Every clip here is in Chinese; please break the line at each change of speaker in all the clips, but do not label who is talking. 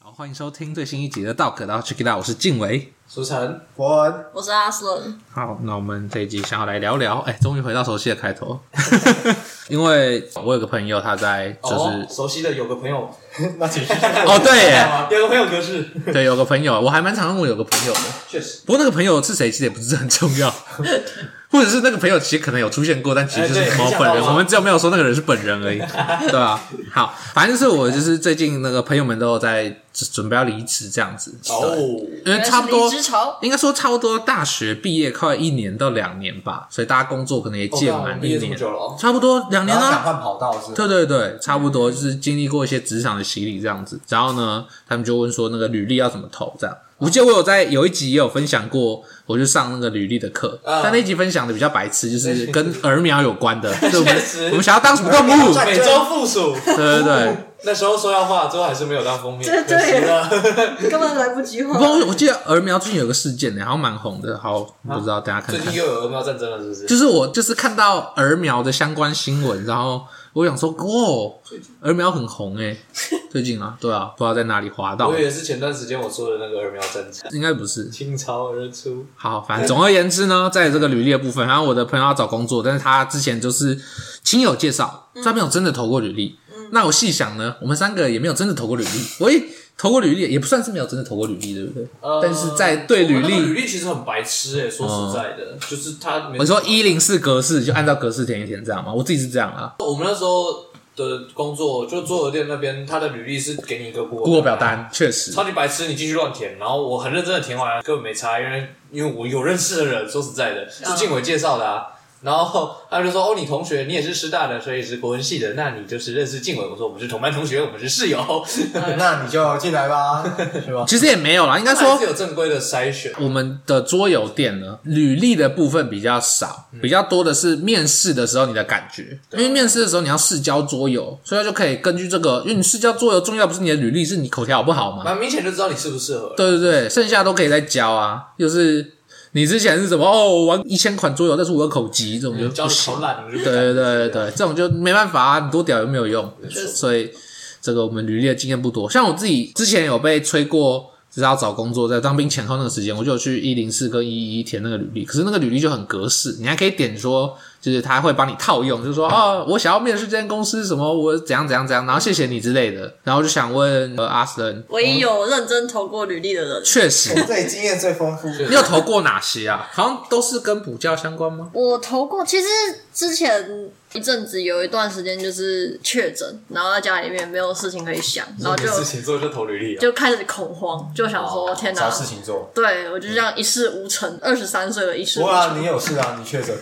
欢迎收听最新一集的《道可道 Check It Out》，我是静伟。
苏晨，伯恩，
我是阿斯伦，
好，那我们这一集想要来聊聊， 哎，终于回到熟悉的开 头，因为我有个朋友他在就是、
哦，熟悉的有个朋友， 那请续。
哦
哦
对耶，
有个朋友格式，
对有个朋友，我还蛮常问我有个朋友的，
确实，
不过那个朋友是谁其实也不是很重 要，或者是那个朋友其实可能有出现过，但其实就是
哎对
某本人，
你讲到
我们只有没有说那个人是本人 而已，对吧、好，反正就是我就是最近那个朋友们都有在准备要离职这样子，
哦
对，，因为差不多
原来是离职潮，
应该说差不多大学毕业快一年到两年吧，所以大家工作可能也届满一
毕业这
年，
么久了哦
差不多两年
然后
啦、
想换跑道是吗？
对对对，差不多就是经历过一些职场的洗礼这样子。然后呢，他们就问说那个履历要怎么投这样。我记得我有在有一集也有分享过，我就上那个履历的课，
啊
但那一集分享的比较白痴， 就是跟儿苗有关的，对我们
确实
我们想要当什么动物？
赚
哦每周附属，
对对对，
那时候说要画，最后还是没有当封面，
对
可惜
对
了。
根本来不及
不过
换。
我我记得儿苗最近有个事件呢，好像蛮红的，好不知道，等一下看
最
看
近。又有鹅苗战争了，是不？
就是是我就是看到儿苗的相关新闻，然后我想说，哇，儿苗很红 哎、最近啊，对啊，不知道在哪里滑到
我，以为是前段时间我说的那个鹅苗战争，
应该不是。
倾巢而出。
好，反正总而言之呢，在这个履历的部分，然后我的朋友要找工作，但是他之前就是亲友介绍，所以他没有真的投过履历。
嗯
那我细想呢，我们三个也没有真的投过履历，我也投过履历，也不算是没有真的投过履历，对不对？
呃
但是在对履
我那个履
历，
历其实很白痴诶，说实在的，就是他。
我说一零四格式就按照格式填一填，这样嘛，我自己是这样啊。
我们那时候的工作，就桌游店那边，他的履历是给你一个
Google 表单确实，
超级白痴，你继续乱填，然后我很认真的填完，根本没差，因为因为我有认识的人，说实在的，是静伟介绍的啊。然后他就说：“哦，你同学，你也是师大的，所以是国文系的，那你就是认识静伟。”我说：“我们是同班同学，我们是室友。
那你就进来吧， 是吧？
其实也没有啦，应”该
他
说
是有正规的筛选，
我们的桌游店呢，履历的部分比较少，比较多的是面试的时候你的感觉，因为面试的时候你要试教桌游，所以它就可以根据这个，因为你试教桌游重要不是你的履历，是你口条好不好嘛？
蛮明显就知道你适不适合。
对对对，剩下都可以再教啊，就是。你之前是什么？哦，我玩一千款桌游，但是我有口疾，这种就
你教
不
的
行
好。烂，你
对
就不
对
敢
对对，这种就没办法啊，你多屌又没有用。
确实
所以这个我们履历的经验不多。像我自己之前有被催过，就是要找工作，在当兵前后那个时间，我就有去一零四跟一一填那个履历，可是那个履历就很格式，你还可以点说，就是他会帮你套用，就是 说哦，我想要面试这间公司什么，我怎样怎样怎样，然后谢谢你之类的。然后就想问呃阿斯恩，
唯一有认真投过履历的人，
确实，
对，经验最丰富。
你有投过哪些啊？ 好像都是跟补教相关吗？
我投过。其实之前一阵子有一段时间就是确诊，然后在家里面没有事情可以想，然后就
没事情做就投履历啊。
就开始恐慌，就想说天
找
哪，
事情做。
对我就这样一事无成，二十三岁了一事无
不啊，
成，
你有事啊？你确诊？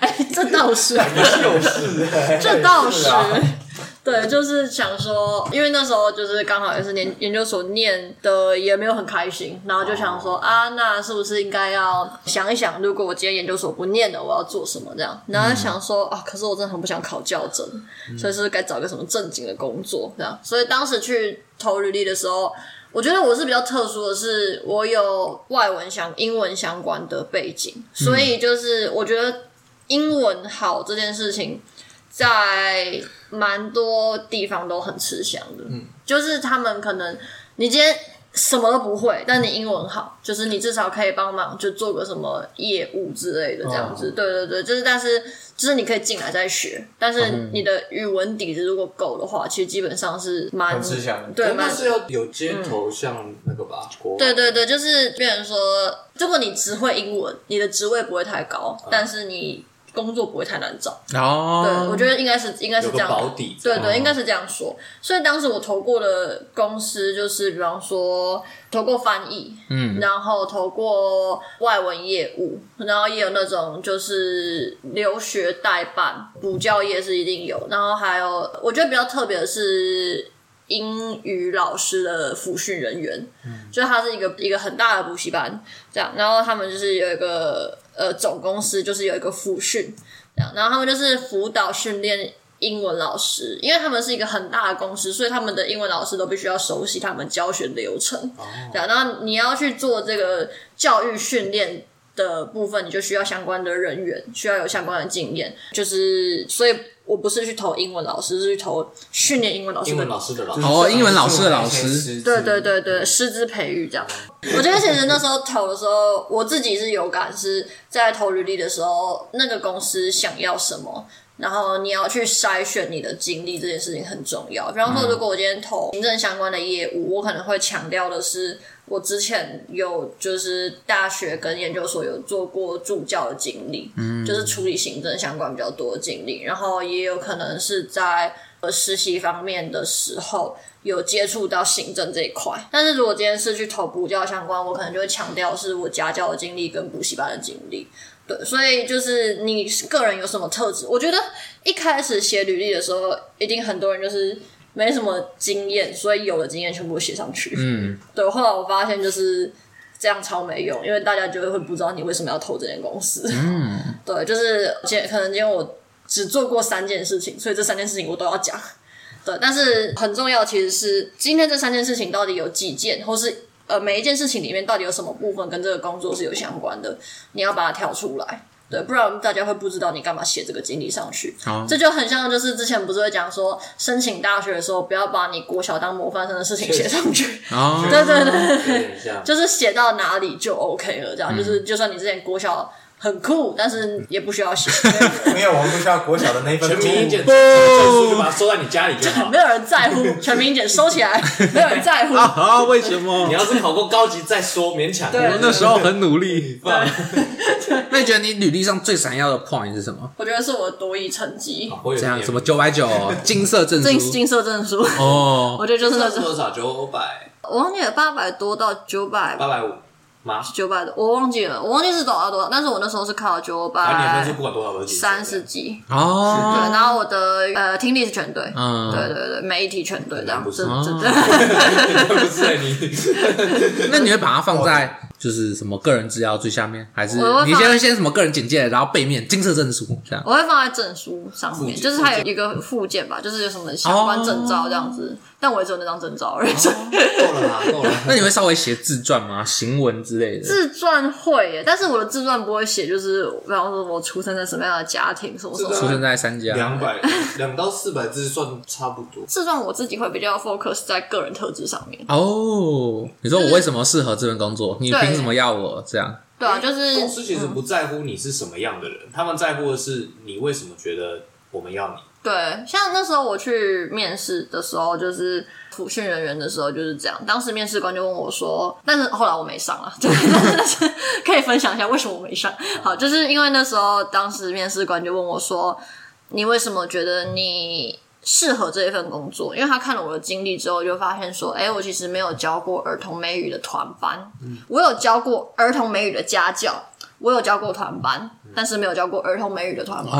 哎，这倒 是。
有事、
这倒是
啊。。
对，就是想说，因为那时候就是刚好也是研研究所念的也没有很开心，然后就想说、啊，那是不是应该要想一想，如果我今天研究所不念了，我要做什么这样？然后想说、啊，可是我真的很不想考教证，所以是不是该找一个什么正经的工作这样？所以当时去投履历的时候，我觉得我是比较特殊的是，我有外文相、英文相关的背景，所以就是我觉得英文好这件事情，在蛮多地方都很吃香的。就是他们可能你今天什么都不会，但你英文好，就是你至少可以帮忙就做个什么业务之类的这样子。对对对，就是但是就是你可以进来再学，但是你的语文底子如果够的话，其实基本上是蛮
很吃香的
对，蛮
哦那是要有街头像那个吧，国外
对对对，就是变成说，如果你只会英文，你的职位不会太高，但是你工作不会太难找。对，
哦，
我觉得应该是应该是
有个
这样。
保底。
对对，应该是这样说。所以当时我投过的公司就是，比方说投过翻译，嗯，然后投过外文业务，然后也有那种就是留学代办、补教业是一定有，然后还有我觉得比较特别的是。英语老师的辅训人员，
嗯
就它是一个一个很大的补习班，这样，然后他们就是有一个呃总公司，就是有一个辅训，这样，然后他们就是辅导训练英文老师，因为他们是一个很大的公司，所以他们的英文老师都必须要熟悉他们教学流程。对啊，然后你要去做这个教育训练的部分，你就需要相关的人员，需要有相关的经验，就是所以。我不是去投英文老师，是去投训练英文老师
英
的
文老师的老
就
师
是
哦
像
英文老师的老
一些
师
师资
对对，对对，师资培育这样。我觉得其实那时候投的时候，我自己是有感，是在投履历的时候，那个公司想要什么，然后你要去筛选你的经历，这件事情很重要。比
嗯
方说，如果我今天投行政相关的业务，我可能会强调的是。我之前有就是大学跟研究所有做过助教的经历，嗯，就是处理行政相关比较多的经历，然后也有可能是在呃实习方面的时候有接触到行政这一块。但是如果今天是去投补教相关，我可能就会强调是我家教的经历跟补习班的经历。对，所以就是你个人有什么特质？我觉得一开始写履历的时候，一定很多人就是没什么经验，所以有的经验全部写上去。
嗯，
对，后来我发现就是这样超没用，因为大家就会不知道你为什么要投这间公司。嗯， 对，就是今可能今天我只做过三件事情，所以这三件事情我都要讲。对，但是很重要其实是今天这三件事情到底有几件，或是呃每一件事情里面到底有什么部分跟这个工作是有相关的，你要把它挑出来。对，不然大家会不知道你干嘛写这个经历上去。
好，
这就很像，就是之前不是会讲说，申请大学的时候不要把你国小当模范生的事情写上去。
哦，
对对对，
有点像，
就是写到哪里就 OK 了，这样、就是就算你之前国小很酷，但是也不需要写，
没有，我们不需要国小的那一份
全民英
礼
检
物
证书就把它收在你家里就好。
没有人在乎。全民检收起来，没有人在 乎。
啊，为什么
你要是考过高级再说，勉强。
对
那时候很努力。
不然
那你觉得你履历上最闪耀的 point 是什么？
我觉得是我的多益成绩，
我有
这样
点
什么九百九金色证
金
书？
金色证书，
哦，
我觉得就是那
那是
种，
多少？九百
我忘记了八百多到九百
八百五吗？
九百多，我忘记了，我忘记是多少多少，但是我那时候是考九
然后啊你的分数
百
不管多少都是
三十几，对，
哦，
然后我的呃听力是全对，
嗯
对对对，每一题全对，这样
不
子
是，
这这
啊不 是你，
那你会把它放在就是什么个人资料最下面，还是
我会放哦
你先先什么个人简介，然后背面金色证书这样？
我会放在证书上
附
面，
件哦
就是它有一个附件吧，就是有什么相关证照这样子，但我也只有那张证照而已。
够了啦，够了。
那你会稍微写自传吗？行文之类的？
自传会耶，但是我的自传不会写，就是比方说我出生在什么样的家庭，什么
自
什
出
传
么。
生在三家，
两百两到四百字算差不多。
自传我自己会比较 focus 在个人特质上面，
哦，你说我为什么适合这份工作？你
对
凭什么要我这样？
对啊，就是
公司其实不在乎你是什么样的人，他们在乎的是你为什么觉得我们要你。
对，像那时候我去面试的时候，就是辅训人员的时候就是这样。当时面试官就问我说，但是后来我没上 了，对，但是可以分享一下为什么我没上。好，就是因为那时候当时面试官就问我说，你为什么觉得你适合这一份工作？因为他看了我的经历之后，就发现说，哎、我其实没有教过儿童美语的团班，我有教过儿童美语的家教，我有教过团班，但是没有教过儿童美语的团班。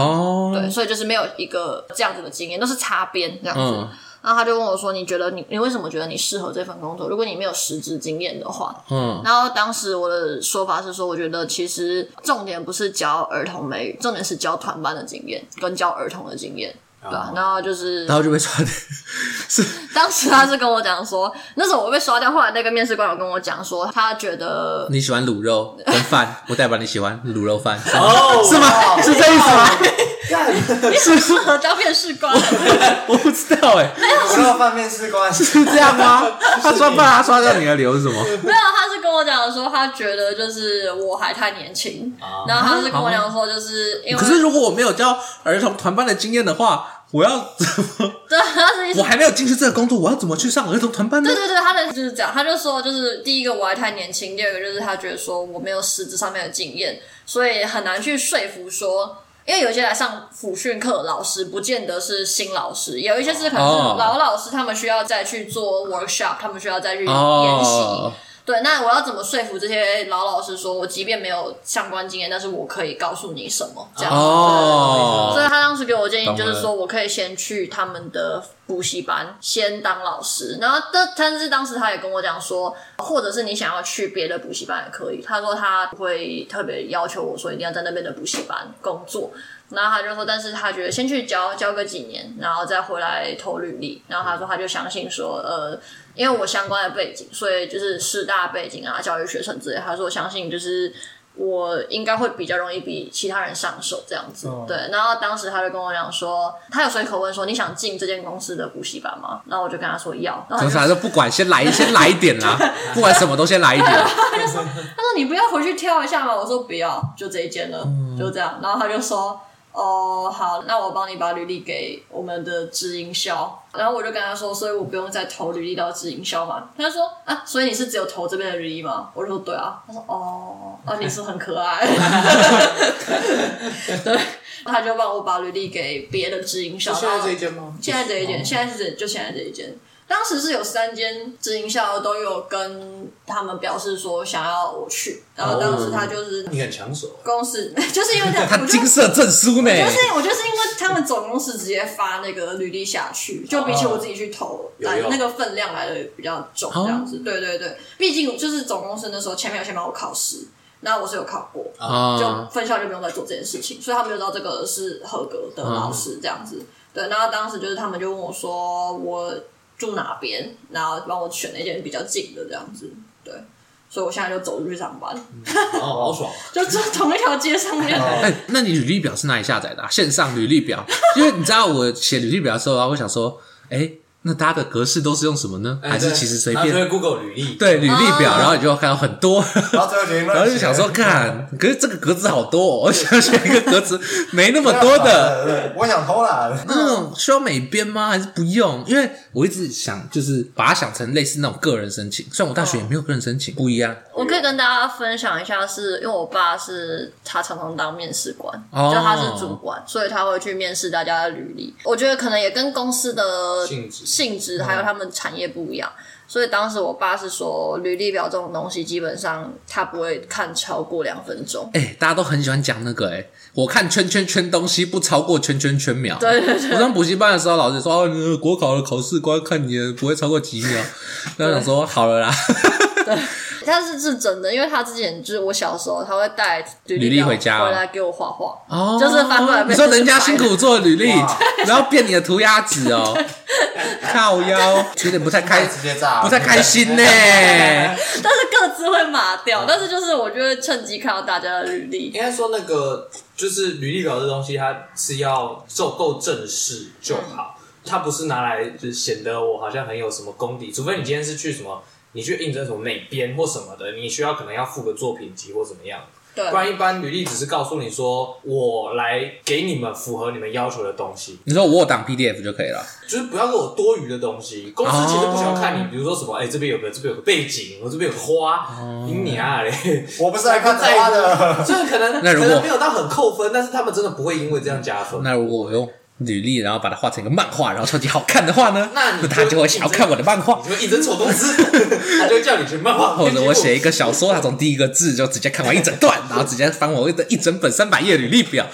对，
哦，
所以就是没有一个这样子的经验，都是擦边这样子。
嗯
然后他就问我说：“你觉得你你为什么觉得你适合这份工作？如果你没有实职经验的话。”
嗯，
然后当时我的说法是说，我觉得其实重点不是教儿童美语，重点是教团班的经验跟教儿童的经验，对吧、然后就是
然后就被刷掉。
当时他是跟我讲说，那时候我被刷掉，后来那个面试官有跟我讲说，他觉 得
你喜欢卤肉跟饭，我代表你喜欢卤肉饭，
哦，
是吗？是这意思吗？
你很适合当面试官，
我不知道哎，
我要饭面试官，
是这样 吗？他刷饭，他刷掉你的理由是什么？
没有，他是跟我讲说，他觉得就是我还太年轻，然后他是跟我讲说，就是因为
啊可是如果我没有教儿童团班的经验的话，我要怎么？
对，他是一直
我还没有进去这个工作，我要怎么去上儿童团班呢
对？对对，他的就是这样，他就说就是第一个我还太年轻，第二个就是他觉得说我没有实质上面的经验，所以很难去说服说。因为有一些来上辅训课的老师，不见得是新老师，有一些是可能是
哦
老老师，他们需要再去做 workshop，他们需要再去研习。
哦，
对，那我要怎么说服这些老老师说，我即便没有相关经验，但是我可以告诉你什么这样子？
哦
所以他当时给我建议就
懂
是
了
说，我可以先去他们的补习班先当老师，然后但但是当时他也跟我讲说，或者是你想要去别的补习班也可以。他说他不会特别要求我说一定要在那边的补习班工作。然后他就说，但是他觉得先去教教个几年，然后再回来投履历。然后他说，他就相信说，呃，因为我相关的背景，所以就是师大背景啊、教育学生之类，他说我相信就是我应该会比较容易比其他人上手这样子。
哦
对，然后当时他就跟我讲说，他有随口问说你想进这间公司的补习班吗？然后我就跟他说要，然
可
后他
是
就
还是不管，先来先来一点 啦，不管什么都先来一点。
他说你不要回去挑一下吗？我说不要，就这一间了，
嗯
就这样。然后他就说。哦，好，那我帮你把履历给我们的直营销，然后我就跟他说，所以我不用再投履历到直营销嘛。他就说啊，所以你是只有投这边的履历吗？我就说对啊。他说哦，啊，你是很可爱。 对，他就帮我把履历给别的直营销。
现在
然后
这一间吗？
现在这一
哦
间，现在是这就现在这一间。当时是有三间直营校都有跟他们表示说想要我去，然后当时他就是
你很抢手，
公司， 就是因为 这样，
他
我就
金色证书呢？
就是我就是因为他们总公司直接发那个履历下去，就比起我自己去投，
哦有哦
来
用
那个分量来的比较重，这样子。对对对，毕竟就是总公司那时候前面有先帮我考试，那我是有考过，就
啊，
分校就不用再做这件事情，所以他们就知道这个是合格的老师这样子。对，然后当时就是他们就问我说我住哪边，然后帮我选了一间比较近的这样子。对，所以我现在就走路去上班，
哦，好爽，
就住同一条街上面。
哎、那你履历表是哪里下载的、啊？线上履历表，因为你知道我写履历表的时候啊，我想说，哎、那大家的格式都是用什么呢？还
哎
是其实随
然后
便？
就会 Google 履历，
对履历表，
哦
然后你就看到很多，
然后最后决定乱写，
然后就想说，看，可是这个格子好多、哦，我 想选一个格子没那么多
嗯
的。
对，对对我想偷懒，
那种需要美编吗？还是不用？因为我一直想，就是把它想成类似那种个人申请。虽然我大学也没有个人申请，
哦
不一样。
我可以跟大家分享一下是，因为我爸是他常常当面试官，
哦
就他是主管，所以他会去面试大家的履历。我觉得可能也跟公司的
性质
性质
嗯
还有他们产业不一样，所以当时我爸是说，履历表这种东西基本上他不会看超过两分钟。
哎、大家都很喜欢讲那个哎、我看圈圈圈东西不超过圈圈圈秒。
对对
我上补习班的时候，老师说、哦、你的国考的考试官看你的不会超过几 秒，那我想说好了啦，
但是是真的，因为他之前就是我小时候，他会带履
履历
表
回家哦
回来给我画画，
哦，
就是翻过来被
你说人家辛苦做履历
哇，
然后变你的涂鸦纸哦，靠腰，有点不太 开，
直接炸，
不太开心呢、
但是各自会码
哦
掉。但是就是我就会趁机看到大家的履历，
应该说那个就是履历表这东西，它是要够够正式就好，它不是拿来就是显得我好像很有什么功底，除非你今天是去什么，你去应征什么美编或什么的，你需要可能要附个作品集或怎么样，
对
不然一般履历只是告诉你说我来给你们符合你们要求的东西，
你说我有档 PDF 就可以了，
就是不要给我多余的东西。公司其实不喜欢
哦
看你，比如说什么，哎、这边有个这边有个背景，我这边有个花，
哦
你你啊嘞，
我不是 来看他的，
这个可能
那如果
可能没有到很扣分，但是他们真的不会因为这样加分。
那如果我用履历，然后把它画成一个漫画，然后超级好看的话呢，
那你就
他就会想要看我的漫画。
你们一直丑公司， 他就会叫你去漫画，
或者我写一个小说，他从第一个字就直接看完一整段，然后直接翻我的一整本三百页履历表，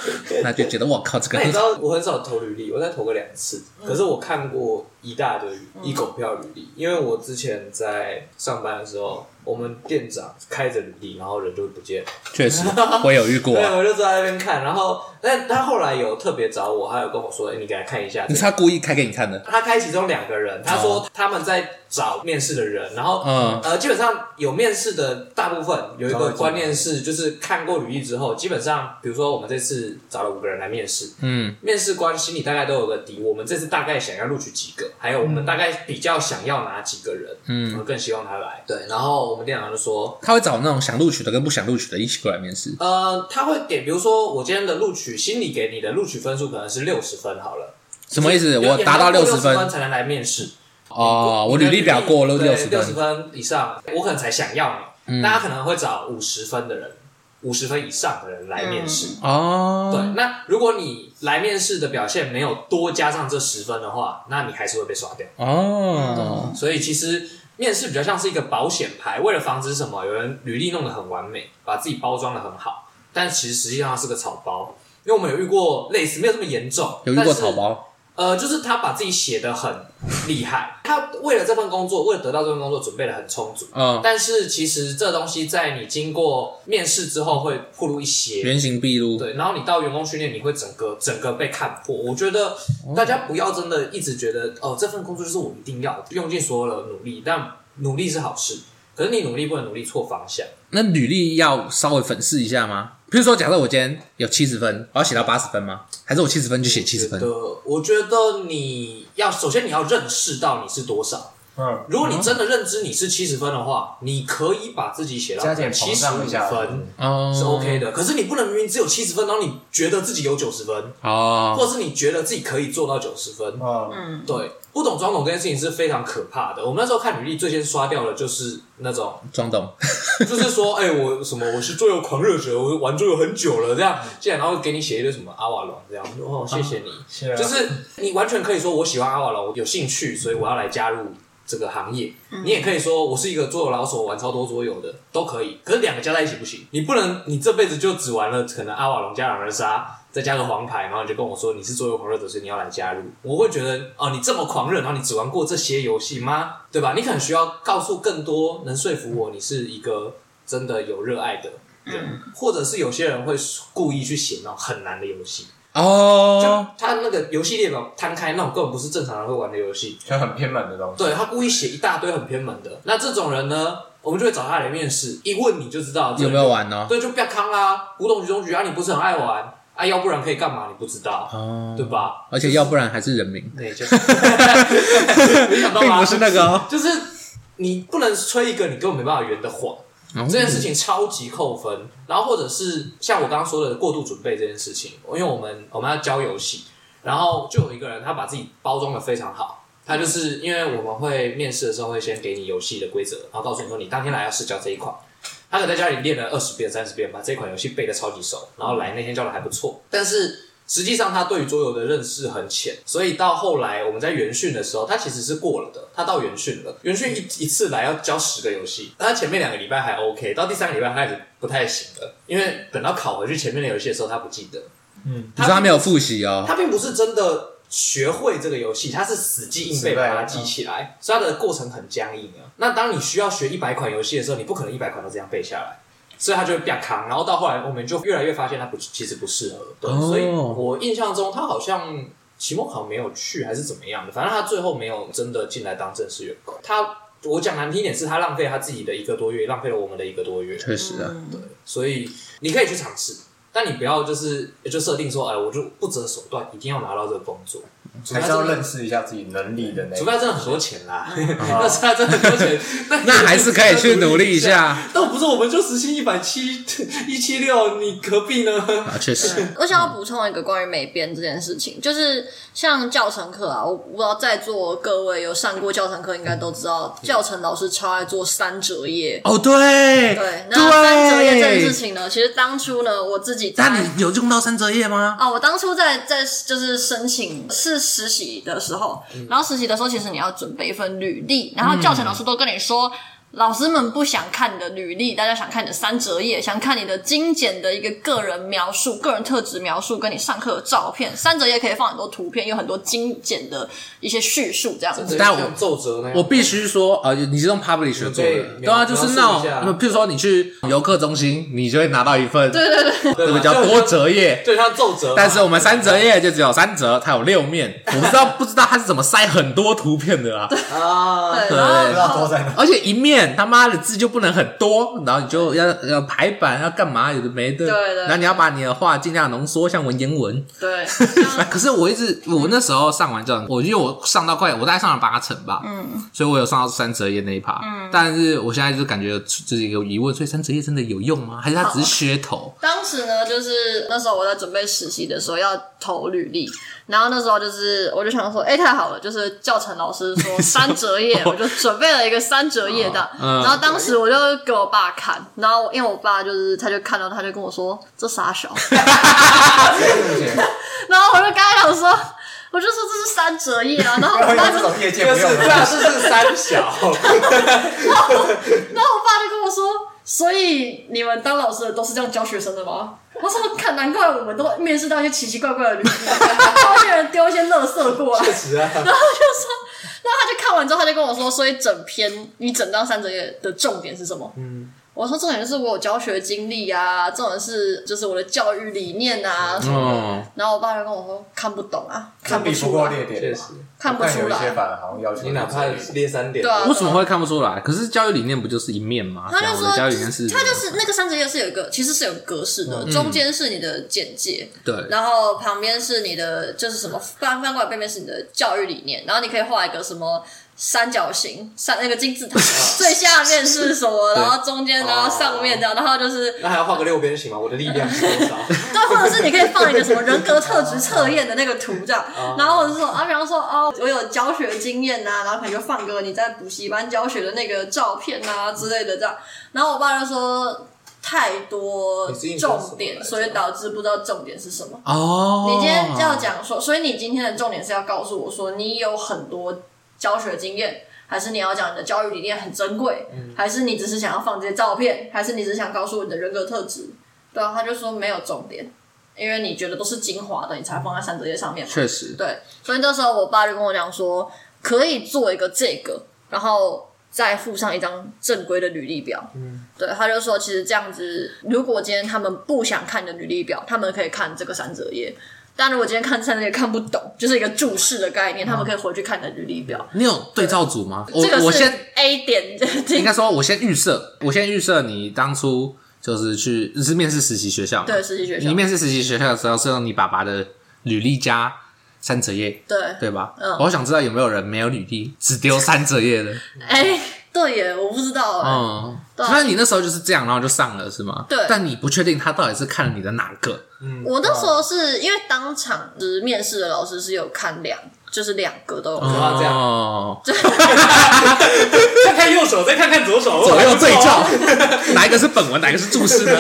那就觉得我靠，这个
那你知道我很少投履历，我才投过两次，
嗯
可是我看过一大堆一狗票履历，因为我之前在上班的时候，我们店长开着履历，然后人就不见了。
确实我有遇过
对，
啊。
我就坐在那边看，然后但他后来有特别找我，他有跟我说，哎你给嗯他看一下这
你
个。
是他故意开给你看的，
他开其中两个人，他说他们在找面试的人，然后、
嗯
呃，基本上有面试的大部分有一
都
个
会做
观念是，就是看过履历之后，基本上比如说我们这次找了五个人来面试，
嗯，
面试官心里大概都有个底，我们这次大概想要录取几个，还有我们大概比较想要哪几个人，
嗯
我们更希望他来。对，然后我们店长就说，
他会找那种想录取的跟不想录取的一起过来面试。
呃，他会给，比如说我今天的录取，心里给你的录取分数可能是六十分好了，
什么意思？
有
我
点
达到
要过
六十
分
分
才能来面试。
哦，我
你
履
的
历表过了
六
六十
十
分，嗯
分以上，我可能才想要你。大家可能会找五十分的人，五十分以上的人来面试。对
哦，，
那如果你来面试的表现没有多加上这十分的话，那你还是会被刷掉。
哦，
所以其实面试比较像是一个保险牌，为了防止什么，有人履历弄得很完美，把自己包装的很好，但其实实际上它是个草包。因为我们有遇过类似，没有这么严重，
有遇过
但是
草包，
呃，就是他把自己写的很厉害，他为了这份工作，为了得到这份工作，准备的很充足。
嗯，
但是其实这东西在你经过面试之后会暴露一些，
原形毕露，
对，然后你到员工训练，你会整个整个被看破。我觉得大家不要真的一直觉得哦，这份工作就是我一定要用尽所有的努力，但努力是好事。可是你努力不能努力错方向，
那履历要稍微粉饰一下吗？比如说，假设我今天有七十分，我要写到八十分吗？还是我七十分就写七十
觉
分？
得我觉得你要首先你要认识到你是多少。
嗯，
如果你真的认知你是七十分的话，你可以把自己写到
加减
七
膨
十
胀一下嗯
分
哦，
是 OK 的。可是你不能明明只有七十分，然后你觉得自己有九十分，
哦。
或是你觉得自己可以做到九十分，
嗯，
对，不懂装懂这件事情是非常可怕的。我们那时候看履历，最先刷掉的就是那种，
装懂，
就是说，哎、我什么，我是桌游狂热者，我玩桌游很久了，这样，这样，然后给你写一堆什么阿瓦隆这样，哦，谢谢你，
是啊
就是你完全可以说我喜欢阿瓦隆，我有兴趣，所以我要来加入这个行业。你也可以说我是一个桌游老手，我玩超多桌游的，都可以。可是两个加在一起不行，你不能你这辈子就只玩了可能阿瓦隆加狼人杀。再加个黄牌，然后你就跟我说你是桌游狂热者，所以你要来加入。我会觉得哦，你这么狂热，然后你只玩过这些游戏吗？对吧？你可能需要告诉更多能说服我，你是一个真的有热爱的人，或者是有些人会故意去写那种很难的游戏，就
哦，
他那个游戏列表摊开，那种根本不是正常人会玩的游戏。
就很偏门的东西。
对他故意写一大堆很偏门的，那这种人呢，我们就会找他来面试，一问你就知道
有没有。玩呢？
这人就对，就不要康啦，古董局中局啊，你不是很爱玩啊？要不然可以干嘛？你不知道，
哦，
对？吧？
而且要不然还是人名，
对，就是 没想到
并
吧
不是那个哦。
就是你不能吹一个你根本没办法圆的谎。
嗯
这件事情超级扣分。然后或者是像我刚刚说的过度准备这件事情，因为我们我们要教游戏，然后就有一个人他把自己包装的非常好。他就是因为我们会面试的时候会先给你游戏的规则，然后告诉你说你当天来要试教这一款。他可能在家里练了二十遍、三十遍，把这款游戏背的超级熟，然后来那天教的还不错。但是实际上他对于桌游的认识很浅，所以到后来我们在元训的时候，他其实是过了的。他到元训了，元训一一次来要教十个游戏，他前面两个礼拜还 OK，到第三个礼拜他开始不太行了，因为等到考回去前面的游戏的时候，他不记得。嗯，
你说他没有复习哦，
他并不是真的学会这个游戏，他是死记硬背把它记
嗯
起来，所以它的过程很僵硬啊。那当你需要学一百款游戏的时候，你不可能一百款都这样背下来。所以他就会比较扛，然后到后来我们就越来越发现他不其实不适合，对，
哦
所以我印象中他好像期末考没有去还是怎么样的，反正他最后没有真的进来当正式员工。他我讲难听一点是他浪费他自己的一个多月，浪费了我们的一个多月，
确实啊，
所以你可以去尝试，但你不要就是就设定说，哎，我就不择手段，一定要拿到这个工作，除非他
还是要
真
认
的，
识一下自己能力的那
除
一
非他
面。
真的嗯很多钱啦， 那是他真的很 多钱，那
那还是可以去努力一。下
但不是，我们就时薪一百七一七六，你何必呢？
啊，确实。
我想要补充一个关于美编这件事情，就是像教程课啊，我不知道在座各位有上过教程课，应该都知道，教程老师超爱做三折页。
哦，对，
对，那三折页这件事
对，
情呢，其实当初呢，我自己在
那你有用到三折页吗？
哦，我当初在在就是申请是实习的时候，然后实习的时候，其实你要准备一份履历，然后教程老师都跟你说。老师们不想看你的履历，大家想看你的三折页，想看你的精简的一个个人描述、个人特质描述，跟你上课的照片。三折页可以放很多图片，有很多精简的一些叙述，这样 子。
但我
像奏折呢，
我必须说，呃，你是用 publish 做的，
对
对啊，就是那
描述一下
种，譬如说你去游客中心，你就会拿到一份，对对对，这
对啊
个
吧
叫多，折页。
就像奏折嘛，
但是我们三折页就只有三折，它有六面，我不知道不知道它是怎么塞很多图片的啦，
啊，
对，
不知
然
道
后
多在 哪。
而且一面他妈的字就不能很多，然后你就要要排版要干嘛，有的没的，
对对
然后你要把你的话尽量浓缩，像文言文，
对，像
可是我一直，我那时候上完这样，我因为我上到快，我大概上了八成吧，嗯，所以我有上到三折页那一趴，嗯，但是我现在就感觉这是一个疑问，所以三折页真的有用吗？还是它只是噱头？
当时呢，就是那时候我在准备实习的时候要投履历，然后那时候就是我就想说，哎、太好了，就是教程老师说三折页，我就准备了一个三折页的。
嗯
然后当时我就给我爸看，然后因为我爸就是他就看到他就跟我说这傻小， 然后我就跟他讲说，我就说这是三折页啊，然后
不要
我爸
用
就
这种业界
就
不
是
用
这
的。
样，这是三小，
然后我爸就跟我说：“所以你们当老师的都是这样教学生的吗？”我说：“看，难怪我们都面试到一些奇奇怪怪的履历，然后有人丢一些垃圾过来。”
确实啊，
然后他就看完之后，他就跟我说：“所以整篇你整张三折页的重点是什么？”嗯，我说重点是我有教学经历啊，重点是就是我的教育理念啊什么的。
哦，
然后我爸就跟我说看不懂啊，看
这
不
比不
出
过
来，
列 点
确
吧
实，，
看不
我
出
有一些
来。
反而好像要求
你哪怕
这个
列三点，
对啊
为什么会看不出来？可是教育理念不就是一面吗？
他
这样啊
就
我
说，
的教育理念是，
他就是那个三十页是有一个，其实是有格式的，中间是你的简介，
对，
然后旁边是你的就是什么翻翻过来背面是你的教育理念，然后你可以画一个什么三角形，三那个金字塔， 最下面是什么，然后中间，
哦
然后上面这样，然后就是
那还要画个六边形吗？我的力量是 多少？
对，或者是你可以放一个什么人格特质测验的那个图这样，
哦
然后或者是说啊，比方说哦，我有教学经验呐、然后可能就放个你在补习班教学的那个照片啊之类的这样。然后我爸就说太多
你是硬说什么
重点，
来着
所以导致不知道重点是什么。
哦，
你今天要讲说，所以你今天的重点是要告诉我说，你有很多教学经验，还是你要讲你的教育理念很珍贵，还是你只是想要放这些照片，还是你只是想告诉我你的人格特质？对啊，他就说没有重点，因为你觉得都是精华的，你才放在三折页上面嘛。
确实，
对，所以那时候我爸就跟我讲说，可以做一个这个，然后再附上一张正规的履历表。嗯，对，他就说其实这样子，如果今天他们不想看你的履历表，他们可以看这个三折页。但如果今天看三折页看不懂，就是一个注释的概念，他们可以回去看你的履历表。
你有对照组吗？我
这个
嗯我
是
先
A 点，
应该说，我先预设，我先预设你当初就是去是面试实习学校嘛，
对实习学校
你，面试实习学校的时候是用你爸爸的履历加三折页，
对，
对吧？
嗯
我想知道有没有人没有履历，只丢三折页 的。
哎、对耶，我不知道哎、
嗯，
对
那你那时候就是这样，然后就上了是吗？
对
但你不确定他到底是看了你的哪个。
我那
嗯
时候是因为当场就是面试的老师是有看两，就是两个都有
嗯
看。
要这样
哦，
看看右手，再看看左手，
左右对照，
哦
哪一个是本文，哪一个是注释 的？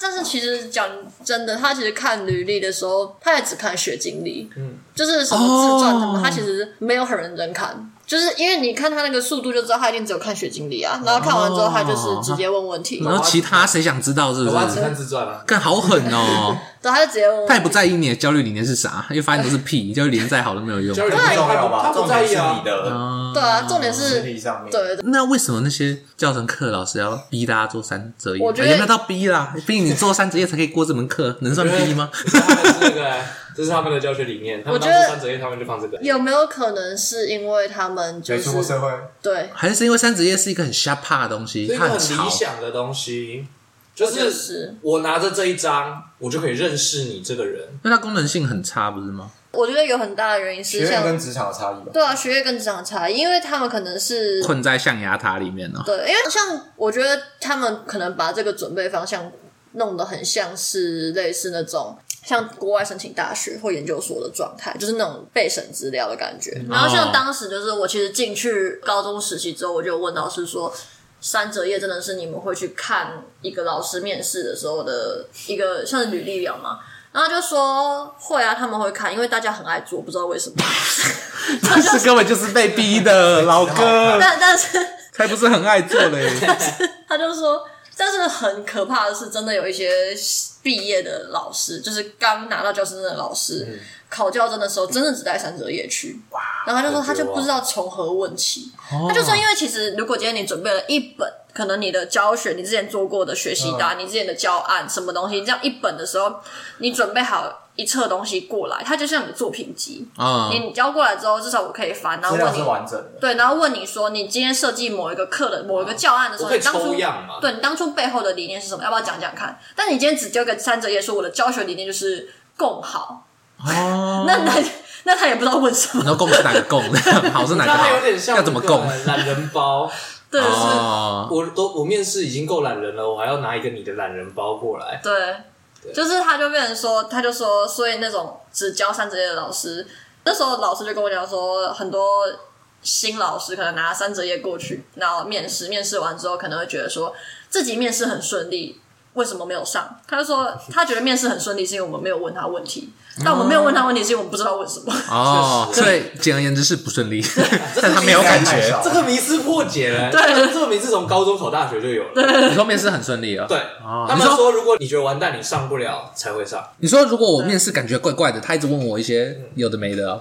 但是其实讲真的，他其实看履历的时候，他也只看学经历，嗯，就是什么自传什么，
哦
他其实没有很认真看。就是因为你看他那个速度就知道他一定只有看学经历
哦
啊，然后看完之后他就是直接问问题，
然后其他谁想知道是不
我要只
是？
看自传啊。
更好狠哦！
对，他就直接问问题。
他也不在意你的焦虑理念是啥，因为发现都是屁，焦虑理念再好都没有用
焦。虑
不重要吧？
他不
重
在
点
意
是
啊
你。的
啊
对啊，重点
智
是
力上
啊
面。
对对
那为什么那些教程课老师要逼大家做三折页？
我觉得
有没有到逼啦？逼你做三折页才可以过这门课，能算逼吗？
这是他们那个，这是他们的教学理念。他们当
我觉
初
得
三折页，他们就放这个。
有没有可能是因为他们就
没出过
是
社会，
对
还是因为三折页是一个很瞎怕的东西，
是一
它
个很
吵
理。想的东西，就
就是是
我拿着这一张，我就可以认识你这个人。
那它功能性很差，不是吗？
我觉得有很大的原因
学
是
院
像
跟职场的差异吧。
对啊，学业跟职场差异，因为他们可能是
困在象牙塔里 面呢、
对，因为像我觉得他们可能把这个准备方向弄得很像是类似那种像国外申请大学或研究所的状态，就是那种备审资料的感觉。然后像当时就是我其实进去高中实习之后，我就问老师说。三折页真的是你们会去看一个老师面试的时候的一个像是履历表吗？然后他就说会啊，他们会看，因为大家很爱做，不知道为什么。
但是根本就是被逼的，老 哥
但但是
才不是很爱做嘞。
他就说，但是很可怕的是，真的有一些毕业的老师，就是刚拿到教师证的老师，
嗯
考教证的时候，真的只带三折页去。然后他就说，
好绝
他
望
就
哦
不知道从何问起。
哦
他就说，因为其实如果今天你准备了一本，可能你的教学、你之前做过的学习
嗯
单、你之前的教案什么东西，这样一本的时候，你准备好一册东西过来，它就像你的作品集。
啊、
你交过来之后，至啊少我可以翻，然后
嗯资
问
料
你
是完整的，
对，然后问你说，你今天设计某一个课的某一个教案的时
我
候，
可以
你当初
抽样嘛
对你当初背后的理念是什么？要不要讲讲看？但你今天只丢个三折页，说我的教学理念就是共好，
哦，
那那那他也不知道问什么。
然后供是哪个供？ 好是哪个
他有
好？
点像
要怎么
那个
供？
懒人包。
对，是
哦，
我都我面试已经够懒人了，我还要拿一个你的懒人包过来。
对，就是他就变成说，他就说，所以那种只教三折页的老师，那时候老师就跟我讲说，很多新老师可能拿三折页过去，然后面试，面试完之后可能会觉得说自己面试很顺利。为什么没有上？他就说他觉得面试很顺利，是因为我们没有问他问题。
嗯
但我们没有问他问题，是因为我们不知道问什么。
哦，
确实
所以简而言之是不顺利，但他没有感
太
觉。
少
这个迷思破 解了，对，这个迷思从高中考大学就有了。
你说面试很顺利啊？
对，
哦
他
你
们
说
说如果你觉得完蛋，你上不了才会上。
嗯
你说如果我面试感觉怪怪的，他一直问我一些有的没的哦，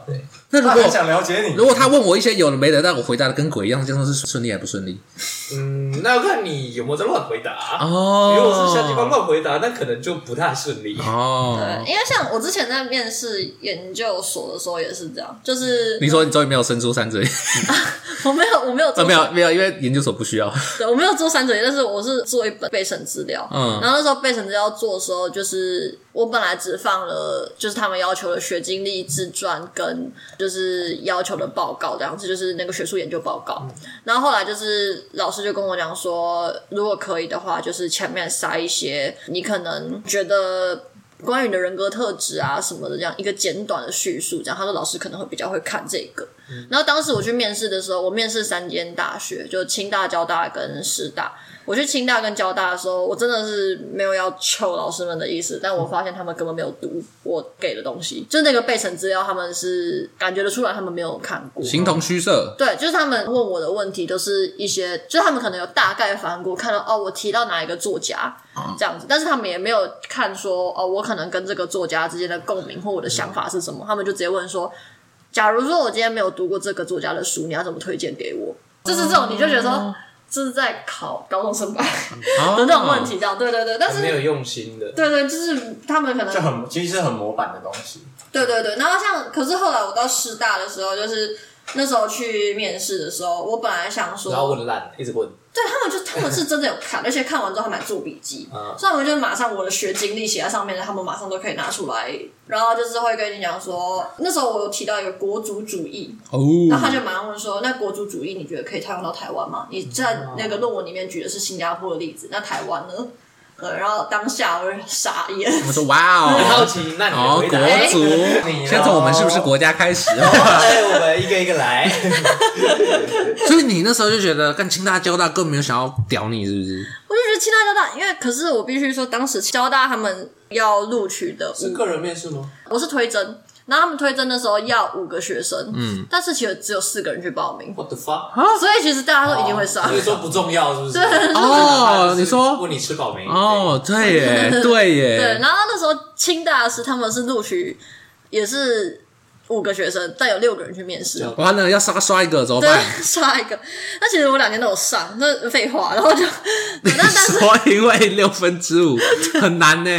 那如
他
果
很想了解你，
如果他问我一些有的没的，但我回答的跟鬼一样，这样是顺利还不顺利？
嗯，那要看你有没有在乱回答。
哦，
如果是瞎鸡巴乱回答，那可能就不太顺利。
哦
对，，因为像我之前在面试研究所的时候也是这样，就是
你说你终于没有伸出三 嘴，
我没有我没有做
啊，没有没有，因为研究所不需要。
对，我没有做三嘴，但是我是做一本备审资料。
嗯
然后那时候备审资料做的时候，就是我本来只放了就是他们要求的学经历、自传跟就是要求的报告这样子，就是那个学术研究报告。然后后来就是老师就跟我讲说，如果可以的话，就是前面塞一些你可能觉得。关于你的人格特质啊什么的，这样一个简短的叙述，这样他说老师可能会比较会看这个。然后当时我去面试的时候，我面试三间大学，就清大、交大跟师大。我去清大跟交大的时候，我真的是没有要臭老师们的意思，但我发现他们根本没有读我给的东西，就那个备审资料，他们是感觉得出来，他们没有看过。
形同虚设。
对，就是他们问我的问题都是一些，就是他们可能有大概翻过，看到哦，我提到哪一个作家
啊
这样子，但是他们也没有看说哦，我可能跟这个作家之间的共鸣或我的想法是什
嗯
么，他们就直接问说，假如说我今天没有读过这个作家的书，你要怎么推荐给我？就是这种，你就觉得说。
哦
这是在考高中生吧
哦
的那种问题，这样对对对，但是
没有用心的，
对对，就是他们可能
哦就很其实是很模板的东西，
对对对，然后像可是后来我到师大的时候，就是那时候去面试的时候，我本来想说，
然后问烂，一直问。
对他们就他们是真的有看，而且看完之后他们还做笔记，
嗯
所以我们就马上我的学经历写在上面，他们马上都可以拿出来，然后就是会跟你讲说，那时候我有提到一个国族主义，然后他
哦，
就马上问说，那国族主义你觉得可以套用到台湾吗？你在那个论文里面举的是新加坡的例子，那台湾呢？对，然后当下我就傻眼，
我说哇
很好
哦，
奇，那你的
哦，
回答？
国
哎
足，先从我们是不是国家开始 哦？
哎，我们一个一个来。
所以你那时候就觉得干清大交大更没有想要屌你，是不是？
我就觉得清大交大，因为可是我必须说，当时交大他们要录取的五
是 个人面试吗？
我是推甄，然后他们推甄的时候要五个学生，嗯，但是其实只有四个人去报名，
我的 fuck，哦
所以其实大家都一定会上。
所以说不重要，是不是？
哦
就是
你说
问你吃饱没？
哦，对耶，对
对，
耶，
然后那时候清大师他们是录取也是五个学生，但有六个人去面试，
就
完了要刷刷一个怎么
对
办？，
刷一个。那其实我两天都有上，那废话，然后就 那但是
说因为六分之 五很难呢，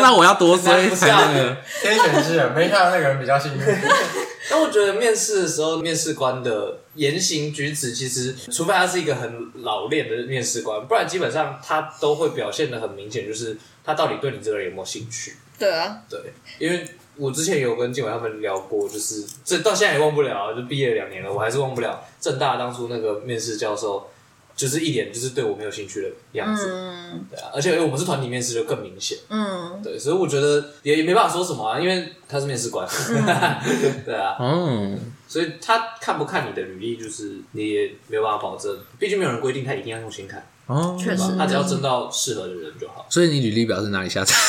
那我要多衰才那 个。
天选之人没看到那个人比较幸运，
但我觉得面试的时候，面试官的言行举止，其实除非他是一个很老练的面试官，不然基本上他都会表现的很明显，就是他到底对你这个人有没有兴趣。
对啊，
对，因为我之前有跟静伟他们聊过，就是这到现在也忘不了，就毕业两年了，我还是忘不了正大当初那个面试教授，就是一脸就是对我没有兴趣的样子。
嗯
对啊，而且我们是团体面试，就更明显。
嗯，
对，所以我觉得也也没办法说什么啊，因为他是面试官，
嗯
对啊，
哦，
所以他看不看你的履历，就是你也没有办法保证，毕竟没有人规定他一定要用心看，
哦，。
确实，
他只要争到适合的人就 好
所以你履历表是哪里下载？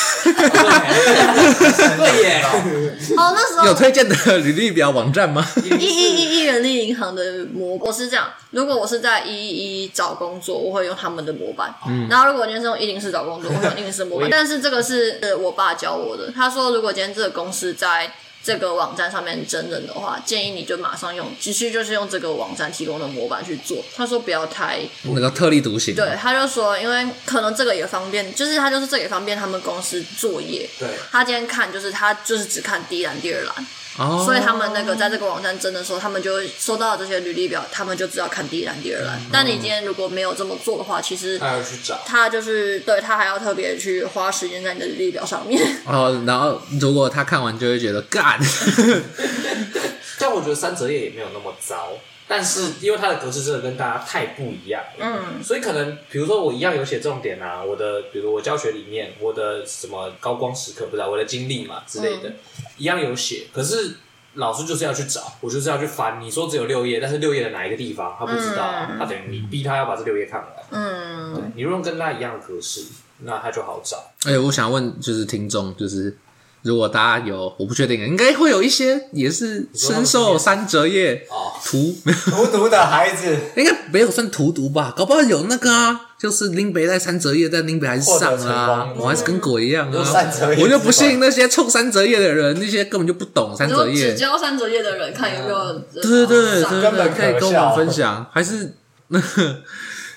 对耶，
哦，那时
有
候。
推荐的履历表网站 吗？
一一一一人力银行的模，我是这样。如果我是在一一一找工作，我会用他们的模板。然后如果我今天是用一零四找工作，我会用一零四模板。但是这个是呃我爸教我的，他说如果今天这个公司在这个网站上面真人的话，建议你就马上用，只需就是用这个网站提供的模板去做。他说不要太
那个特立独行。
对，他就说因为可能这个也方便，就是他就是这个也方便他们公司作业。
对，
他今天看就是他就是只看第一栏、第二栏。
哦，
所以他们那个在这个网站争的时候，他们就会收到这些履历表，他们就知道看第一栏、第二栏。
嗯
但你今天如果没有这么做的话，其实
他要去找。
他就是对他还要特别去花时间在你的履历表上面。
哦，然后如果他看完就会觉得干，
但我觉得三折叶也没有那么糟，但是因为它的格式真的跟大家太不一样，
嗯，
所以可能比如说我一样有写重点啊，我的比如我教学理念，我的什么高光时刻，不知道我的经历嘛之类
嗯
的，一样有写，可是。老师就是要去找，我就是要去翻。你说只有六页，但是六页的哪一个地方他不知道、啊，他等于你逼他要把这六页看完。
嗯，
你如果跟他一样的格式，那他就好找。
哎、我想问，就是听众，就是如果大家有，我不确定，应该会有一些也是深受三折叶
哦，
荼，
荼毒的孩子
应该没有算荼毒吧？搞不好有那个啊，就是林北在三折叶，但林北还是上
获
了
得成
啊
功，
我还是跟鬼一样
有
啊
三折叶之。
我就不信那些冲三折叶的人，那些根本就不懂三
你
折
说
叶
只。教三折叶的人看有没有
对对对
上
对
根
对，
本
可以
可
跟我
笑
们分享，还是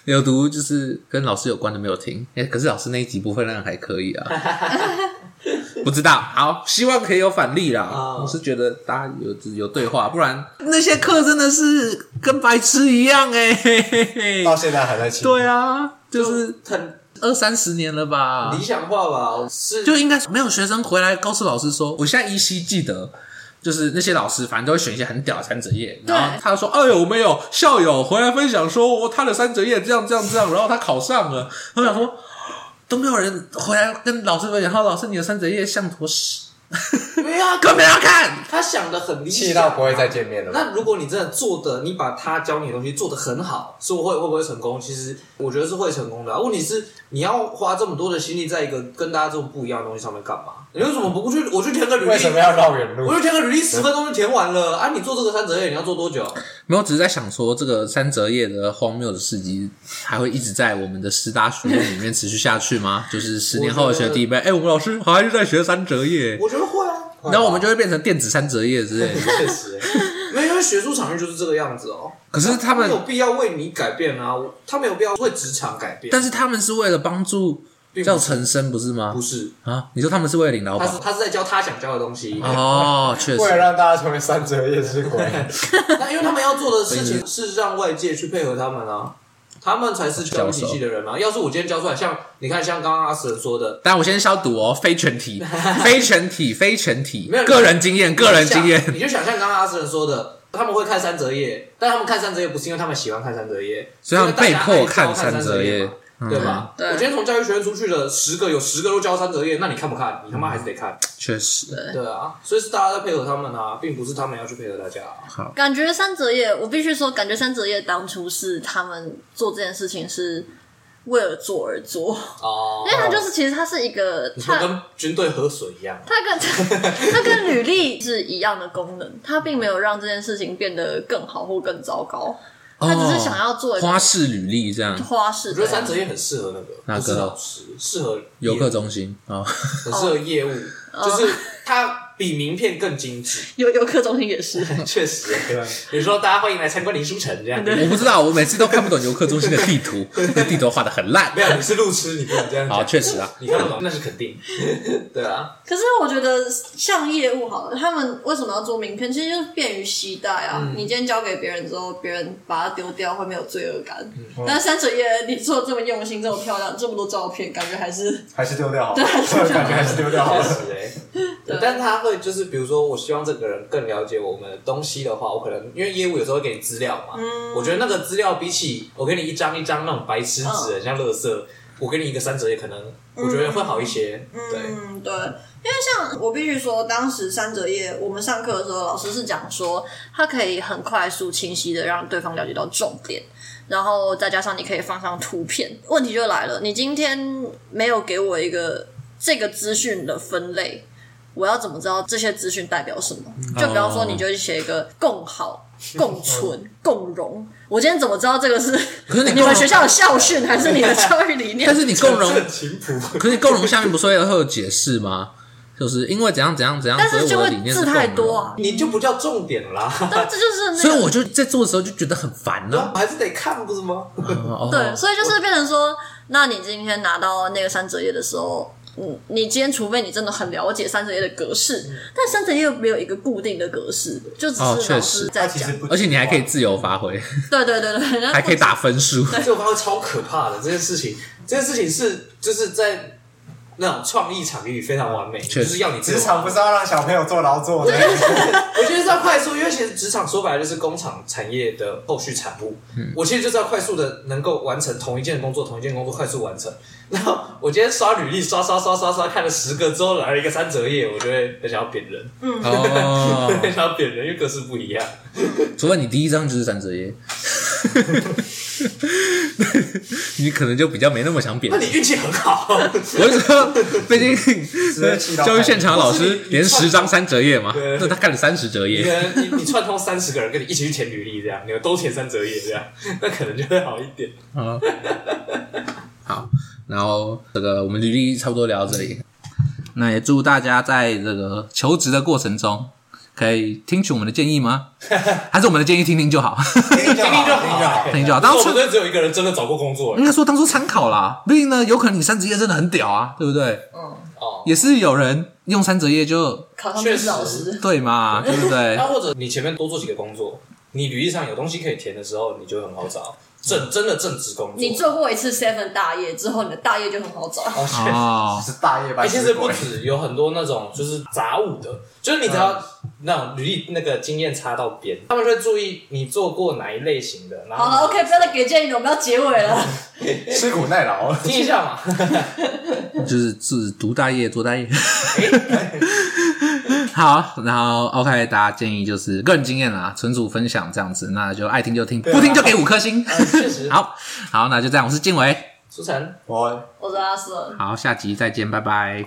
有读就是跟老师有关的没有听，哎、可是老师那一集部分量还可以啊，不知道，好，希望可以有反例啦。
哦
啊
我是觉得大家有有对话，不然那些课真的是跟白痴一样哎、嘿嘿嘿
到现在还在亲，
对啊，就是
很
二三十年了吧，
理想化吧，是
就应该没有学生回来告诉老师说，我现在依稀记得，就是那些老师反正都会选一些很屌的三折页，
对
然后他说：“哎呦，没有校友回来分享说，我他的三折页这样这样这样，然后他考上了。”我想说，都没有人回来跟老师分享，他说老师你的三折页像坨 屎，
对啊，
根本要看。
他想的很理
气
想，
到不会再见面了吧。
那如果你真的做的，你把他教你的东西做的很好，是会会不会成功？其实我觉得是会成功的、啊。问题是你要花这么多的心力在一个跟大家这种不一样的东西上面干嘛？你为什么不去？我去填个履历
为，什么要绕远
我
路？
就填个履历，十分钟就填完了啊！你做这个三折页，你要做多久？
没有，只是在想说这个三折页的荒谬的事迹，还会一直在我们的师大学院里面持续下去吗？ 就是十年后的学弟妹，哎、我们老师好像就在学三折页，
我觉得会啊，
然后我们就会变成电子三折页之类的。
确实，
没有，因为学术场域就是这个样子哦。
可是他们
没有必要为你改变啊，他没有必要为职场改变，
但是他们是为了帮助
并不
叫
是
陈生，不是吗
不？是，
啊，你说他们是为了领导
他
保？
是他是在教他想教的东西。
哦，确
为了
实，
让大家成为三折叶之鬼，
那因为他们要做 的事
所以
情是让外界去配合他们啊，他们才是教育体系的人啊。要是我今天教出来，像你看，像刚刚阿神说的，
但我先消毒哦，非全 体，非全体，非全体
没有，
个人经验，个人经验。
你就想像刚刚阿神说的，他们会看三折页，但他们看三折页不是因为他们喜欢看三折页，
所以他们
是因为大家
被迫
爱看
看三折页嗯
嘛对吧？
对
我今天从教育学院出去的十个，有十个都教三折页，那你看不看？你他妈还是得看，
确实，
嗯
对啊，所以是大家在配合他们啊，并不是他们要去配合大家啊、
感觉三折叶，我必须说，感觉三折叶当初是他们做这件事情是为了做而做，
哦
因为他就是其实他是一个
你说
他
跟军队喝水一样，啊
它跟 它跟履历是一样的功能，它并没有让这件事情变得更好或更糟糕，他只是想要做
哦
一个
花式履历这样，
花式
我
的
觉得 三折页很适合那个，
哪个
不是老师，适合
游客
业
中心啊，
很适合业务，就是它比名片更精 致。
游游客中心也是，
确实，
对，
比如说大家欢迎来参观林书城这样，
我不知道，我每次都看不懂游客中心的地 图，那地图画的很烂
没。有你是路痴，你不能这样
好，
讲。
确实啊，
你看不懂，那是肯 定。对啊，
可是我觉得像业务好了，他们为什么要做名片？其实就是便于携带啊。你今天交给别人之后，别人把它丢掉会没有罪恶感。但是三折叶你做得这么用心，这么漂亮，这么多照片，感觉还是
还是丢掉好了，
对还 是丢掉
感觉还是丢掉好
确
了。
实哎、但是他会就是，比如说，我希望这个人更了解我们的东西的话，我可能因为业务有时候会给你资料嘛，我觉得那个资料比起我给你一张一张那种白痴纸，很像垃圾，我给你一个三折，也可能我觉得会好一些。对，
嗯，对，因为像我必须说，当时三折叶我们上课的时候，老师是讲说，它可以很快速、清晰的让对方了解到重点，然后再加上你可以放上图片。问题就来了，你今天没有给我一个这个资讯的分类，我要怎么知道这些资讯代表什么？
嗯
就比
哦
方说，你就写一个共好。 共存、共荣，我今天怎么知道这个是
可是你
你们
共
学校的校训，还是你的教育理念？
但是你共荣，
琴谱，
可是你共荣下面不是会有会有解释吗？就是因为怎样怎样怎样，
但
所以
是就
我的
会
理念是
字太
共荣
多啊，
你就不叫重点啦。
对，这就是那个。
啊所以我就在做的时候就觉得很烦呢、
还是得看，不是吗？
哦
对，所以就是变成说，那你今天拿到那个三折页的时候，嗯，你今天除非你真的很了解三折页的格式，但三折页又没有一个固定的格式，就只
嗯哦
是
确
老
实
师
它
在
其
讲
实。不，
而且你还可以，自由发挥，
对对对对，然后
还可以打分数。
这个发挥超可怕的这件事情，这件事情是就是在那种创意场域非常完美，
确
就
实
是要你自由
职场不是要让小朋友做劳作的，
我觉得是要快速，因为其实职场说白了就是工厂产业的后续产物。
嗯
我其实就是要快速的能够完成同一件工作，同一件工作快速完成。然后我今天刷履历，刷刷刷刷刷，看了十个之后来了一个三折页，我就会很想要扁人，
哦，
很 想要扁人，因为格式不一样。
除非你第一张就是三折页， 你可能就比较没那么想贬
那。你运气很 好，
我是说， 毕竟
接气到
教育现场老
不是
师
你你
连
创
十张三折页嘛
对，
那他干了三十折
你
页
可。能你你串通三十个人跟你一起去填履历，这样你们都填三折页，这样 那可能就会好一 点。
嗯，好，然后这个我们履历差不多聊到这里，那也祝大家在这个求职的过程中，可以听取我们的建议 吗？还是我们的建议听听就好，
听
听听 就好，啊
听听就好。
但
当
我
初嗯
们队只有一个人真的找过工作，
应该说当初参考啦，毕竟呢，有可能你三折页真的很屌啊，对不对？
嗯，
哦。
也是有人用三折页就
考上
确
历
实
史老师，
对嘛，对不对
那？或者你前面多做几个工作，你履历上有东西可以填的时候，你就很好找正真的正职工作。
你做过一次 seven 大业之后，你的大业就很好找。
哦，确实
哦，
是大夜
哎、
班
其
之
实不
鬼。
止有很多那种就是杂物的，就是你只要
嗯
那种履历那个经验差到边，他们就会注意你做过哪一类型的。然后
好了，OK，不要再给建议了，我们要结尾了。
吃苦耐劳，
听一下嘛。
就是自读大业做大业。 好，然后 OK，大家建议就是个人经验啦，纯属分享这样子，那就爱听就听，不听就给五颗星。
呃确实，
好好，那就这样，我是静伟，
苏晨。
我
我是阿瑟。
好，下集再见，拜拜。